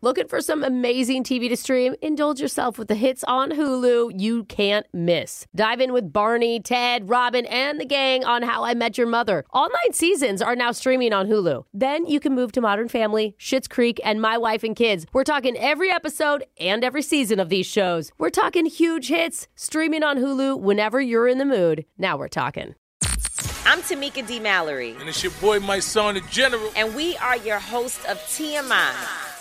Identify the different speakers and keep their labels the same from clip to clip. Speaker 1: Looking for some amazing TV to stream? Indulge yourself with the hits on Hulu you can't miss. Dive in with Barney, Ted, Robin, and the gang on How I Met Your Mother. All nine seasons are now streaming on Hulu. Then you can move to Modern Family, Schitt's Creek, and My Wife and Kids. We're talking every episode and every season of these shows. We're talking huge hits streaming on Hulu whenever you're in the mood. Now we're talking.
Speaker 2: I'm Tamika D. Mallory.
Speaker 3: And it's your boy, my son, the general.
Speaker 2: And we are your hosts of TMI.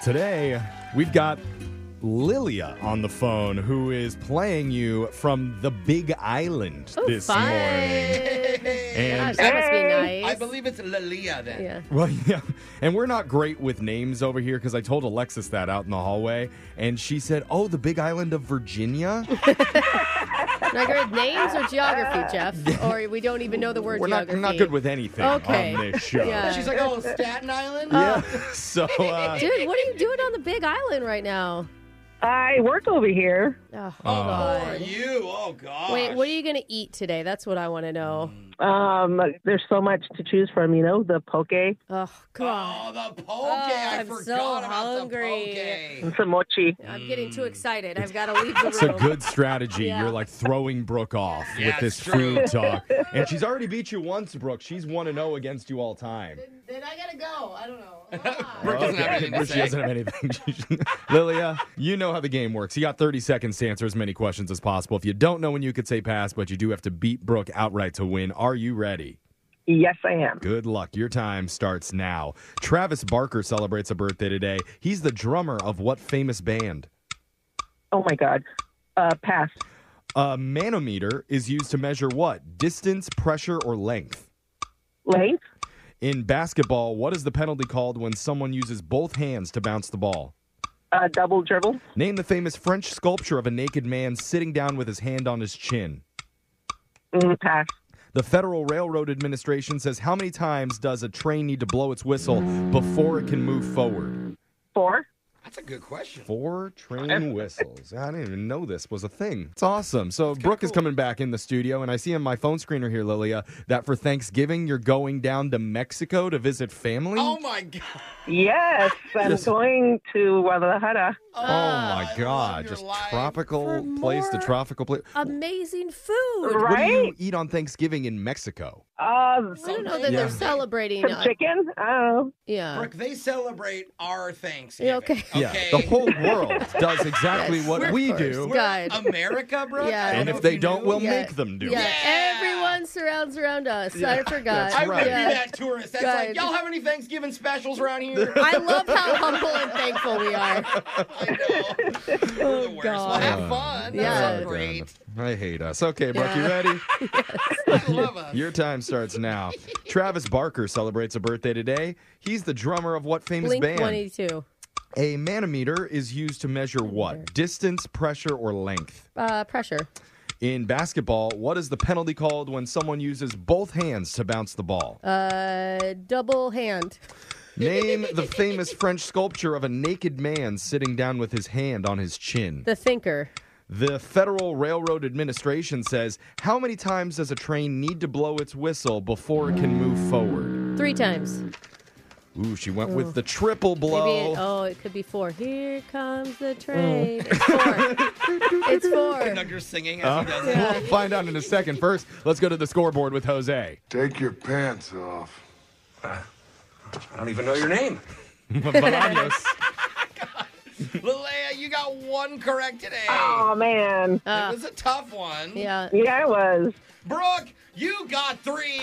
Speaker 4: Today, we've got Lilia on the phone, who is playing you from the Big Island
Speaker 1: Oh,
Speaker 4: this
Speaker 1: fun.
Speaker 4: morning. And
Speaker 1: Gosh, that must be nice.
Speaker 5: I believe it's Lalia then.
Speaker 1: Yeah.
Speaker 4: well, yeah, and we're not great with names over here because I told Alexis that out in the hallway, and she said, "Oh, the Big Island of Virginia."
Speaker 1: Not good with names or geography, Jeff. Or we don't even know the word
Speaker 4: we're not
Speaker 1: geography.
Speaker 4: we're not good with anything
Speaker 1: Okay.
Speaker 4: on this show.
Speaker 1: Yeah.
Speaker 5: She's like, oh, Staten Island?
Speaker 4: Yeah. so uh,
Speaker 1: Dude, what are you doing on the Big Island right now?
Speaker 6: I work over here.
Speaker 1: Oh, hold
Speaker 5: Who Are
Speaker 1: on.
Speaker 5: you? Oh, God.
Speaker 1: Wait, what are you going to eat today? That's what I want to know.
Speaker 4: Mm.
Speaker 6: Um, there's so much to choose from, you know, the poke,
Speaker 1: Oh, God.
Speaker 5: Oh, the poke.
Speaker 1: Oh,
Speaker 5: I
Speaker 1: I'm so
Speaker 5: forgot about
Speaker 1: hungry.
Speaker 5: the poke.
Speaker 6: some mochi.
Speaker 1: I'm getting too excited. I've got to leave the room.
Speaker 4: It's Mm. a good strategy.
Speaker 1: Yeah.
Speaker 4: You're like throwing Brooke off
Speaker 5: Yeah,
Speaker 4: with this
Speaker 5: it's true.
Speaker 4: food talk. And she's already beat you once, Brooke. She's 1 0 against you all time.
Speaker 1: Then I got to go. I don't know.
Speaker 5: Brooke doesn't have
Speaker 4: Okay,
Speaker 5: anything to
Speaker 4: Brooke, she
Speaker 5: say.
Speaker 4: doesn't have anything. She should- Lilia, you know how the game works. You got 30 seconds to answer as many questions as possible. If you don't know when you could say pass, but you do have to beat Brooke outright to win, are you ready?
Speaker 6: Yes, I am.
Speaker 4: Good luck. Your time starts now. Travis Barker celebrates a birthday today. He's the drummer of what famous band?
Speaker 6: Oh my God. Uh, pass.
Speaker 4: A manometer is used to measure what? Distance, pressure, or length?
Speaker 6: Length.
Speaker 4: In basketball, what is the penalty called when someone uses both hands to bounce the ball?
Speaker 6: Uh, double dribble.
Speaker 4: Name the famous French sculpture of a naked man sitting down with his hand on his chin.
Speaker 6: Mm, pass.
Speaker 4: The Federal Railroad Administration says how many times does a train need to blow its whistle before it can move forward?
Speaker 6: Four.
Speaker 5: That's a good question.
Speaker 4: Four train whistles. I didn't even know this was a thing. It's awesome. So Brooke is coming back in the studio, and I see on my phone screener here, Lilia, that for Thanksgiving you're going down to Mexico to visit family.
Speaker 5: Oh, my God.
Speaker 6: Yes, I'm
Speaker 4: Yes.
Speaker 6: going to Guadalajara.
Speaker 4: Oh
Speaker 5: I
Speaker 4: my
Speaker 5: love
Speaker 4: God!
Speaker 5: your
Speaker 4: Just
Speaker 5: life.
Speaker 1: For
Speaker 4: tropical place to
Speaker 1: more
Speaker 4: tropical place.
Speaker 1: Amazing food.
Speaker 6: Right.
Speaker 4: What do you eat on Thanksgiving in Mexico?
Speaker 6: Uh,
Speaker 1: I don't know that they're
Speaker 4: Yeah.
Speaker 1: celebrating.
Speaker 6: some
Speaker 1: uh,
Speaker 6: chicken. Oh,
Speaker 1: yeah.
Speaker 5: Brooke, they celebrate our Thanksgiving.
Speaker 1: Okay.
Speaker 5: okay?
Speaker 4: the whole world does exactly
Speaker 1: Yes,
Speaker 4: what
Speaker 1: we're
Speaker 4: we
Speaker 1: first.
Speaker 4: do,
Speaker 1: We're- God.
Speaker 5: America, Brooke?
Speaker 1: Yeah.
Speaker 5: I
Speaker 4: and
Speaker 5: know
Speaker 4: if they
Speaker 5: you
Speaker 4: don't,
Speaker 5: knew.
Speaker 4: we'll
Speaker 1: Yeah.
Speaker 4: make them do.
Speaker 1: Yeah.
Speaker 4: it.
Speaker 1: Everyone surrounds around us. I forgot.
Speaker 4: that's
Speaker 5: I would
Speaker 4: right.
Speaker 5: be
Speaker 1: Yeah.
Speaker 5: that tourist. That's
Speaker 1: Guys.
Speaker 5: like, y'all have any Thanksgiving specials around here?
Speaker 1: I love how humble and thankful we are.
Speaker 5: I know. We're the worst. Well,
Speaker 1: God.
Speaker 5: have fun.
Speaker 1: Yeah.
Speaker 5: That's
Speaker 4: Oh,
Speaker 5: all great.
Speaker 4: God. I hate us. Okay, Brooke, you ready?
Speaker 5: I love us.
Speaker 4: Your time starts now. Travis Barker celebrates a birthday today. He's the drummer of what famous
Speaker 1: Blink
Speaker 4: band?
Speaker 1: 22.
Speaker 4: A manometer is used to measure what? Distance, pressure, or length.
Speaker 1: Uh, pressure.
Speaker 4: In basketball, what is the penalty called when someone uses both hands to bounce the ball?
Speaker 7: Uh, double hand.
Speaker 4: Name the famous French sculpture of a naked man sitting down with his hand on his chin.
Speaker 7: The thinker.
Speaker 4: The Federal Railroad Administration says how many times does a train need to blow its whistle before it can move forward?
Speaker 7: Three times.
Speaker 4: Ooh, she went
Speaker 7: Ooh.
Speaker 4: with the triple
Speaker 7: Maybe
Speaker 4: blow.
Speaker 7: it, oh, it could be four. Here comes
Speaker 5: Oh.
Speaker 7: the train. It's four. it's four.
Speaker 5: Nugger's singing as
Speaker 4: Uh,
Speaker 5: he does it.
Speaker 4: we'll find out in a second. First, let's go to the scoreboard with Jose.
Speaker 8: Take your pants off. I don't even know your name.
Speaker 4: Bolaños.
Speaker 5: Lilia, you got one eh? correct today.
Speaker 6: Oh man.
Speaker 5: it was a tough one.
Speaker 7: Yeah.
Speaker 6: Yeah, it was.
Speaker 5: Brooke, you got three.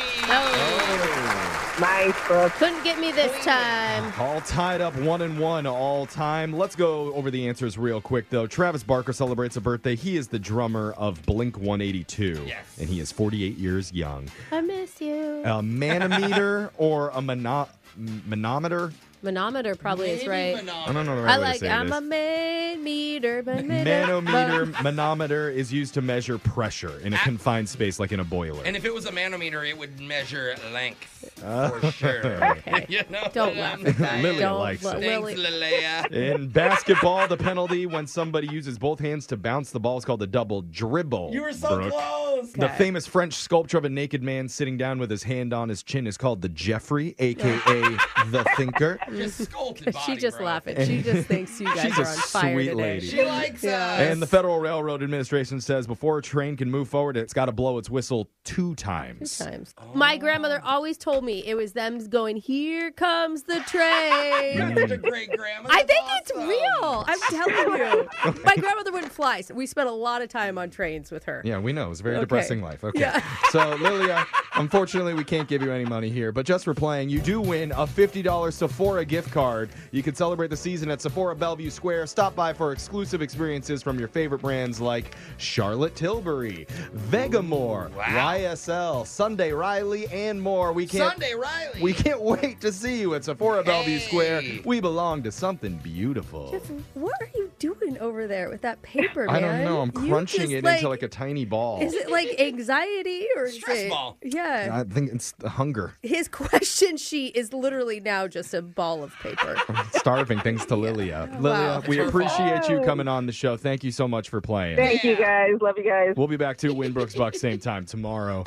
Speaker 6: Nice, Brooke.
Speaker 7: Oh. Couldn't get me this time.
Speaker 4: All tied up one and one all time. Let's go over the answers real quick though. Travis Barker celebrates a birthday. He is the drummer of Blink 182. Yes. And he is 48 years young.
Speaker 7: I miss you.
Speaker 5: Oh.
Speaker 4: A manometer or a mono- manometer?
Speaker 7: Manometer probably is right.
Speaker 4: I don't know the right
Speaker 7: I
Speaker 4: way to
Speaker 7: like.
Speaker 4: say
Speaker 7: I'm
Speaker 4: this.
Speaker 7: a man meter, but
Speaker 4: Manometer, manometer is used to measure pressure in a confined space like in a boiler.
Speaker 5: And if it was a manometer, it would measure length.
Speaker 4: Uh,
Speaker 5: you know
Speaker 7: Don't
Speaker 5: what I'm
Speaker 7: laugh at
Speaker 5: saying?
Speaker 4: Lilia Don't likes la- it.
Speaker 5: Thanks, Lilia.
Speaker 4: In basketball, the penalty when somebody uses both hands to bounce the ball is called a double dribble.
Speaker 5: You were so
Speaker 4: Brooke.
Speaker 5: close.
Speaker 4: The famous French sculpture of a naked man sitting down with his hand on his chin is called the Jeffrey, aka the Thinker.
Speaker 7: Mm.
Speaker 5: Just scolded
Speaker 7: she just laughing. She just thinks you guys
Speaker 4: She's
Speaker 7: are
Speaker 4: a
Speaker 7: on fire
Speaker 4: sweet
Speaker 7: today.
Speaker 4: lady.
Speaker 5: She likes us.
Speaker 4: And the Federal Railroad Administration says before a train can move forward, it's got to blow its whistle two times.
Speaker 7: Two times. My grandmother always told me it was them going, "Here comes the train."
Speaker 5: Such a great grandma.
Speaker 7: I think it's real. I'm telling you. My grandmother wouldn't fly. So we spent a lot of time on trains with her.
Speaker 4: Yeah, we know. It's a very
Speaker 7: Okay.
Speaker 4: depressing life. Okay.
Speaker 7: Yeah.
Speaker 4: so, Lilia, unfortunately, we can't give you any money here, but just for playing, you do win a $50 Sephora gift card. You can celebrate the season at Sephora Bellevue Square. Stop by for exclusive experiences from your favorite brands like Charlotte Tilbury, Vegamore, YSL, Sunday Riley, and more. We can't.
Speaker 5: Sunday Riley.
Speaker 4: We can't wait to see you at Sephora Bellevue Square. We belong to something beautiful.
Speaker 7: What are you doing over there with that paper, man?
Speaker 4: I don't know. I'm
Speaker 7: You
Speaker 4: crunching
Speaker 7: just,
Speaker 4: it
Speaker 7: like,
Speaker 4: into like a tiny ball.
Speaker 7: Is it like anxiety or is
Speaker 5: Stress
Speaker 7: it-
Speaker 5: ball.
Speaker 7: Yeah.
Speaker 4: I think it's the hunger.
Speaker 7: His question sheet is literally now just a ball of paper.
Speaker 4: starving thanks to Lilia. Lilia,
Speaker 7: Wow.
Speaker 4: we
Speaker 5: It's her
Speaker 4: appreciate
Speaker 6: fault.
Speaker 4: you coming on the show. Thank you so much for playing.
Speaker 6: Thank you guys. Love you guys.
Speaker 4: We'll be back to Winbrooks Buck same time tomorrow.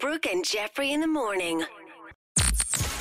Speaker 2: Brooke and Jeffrey in the morning.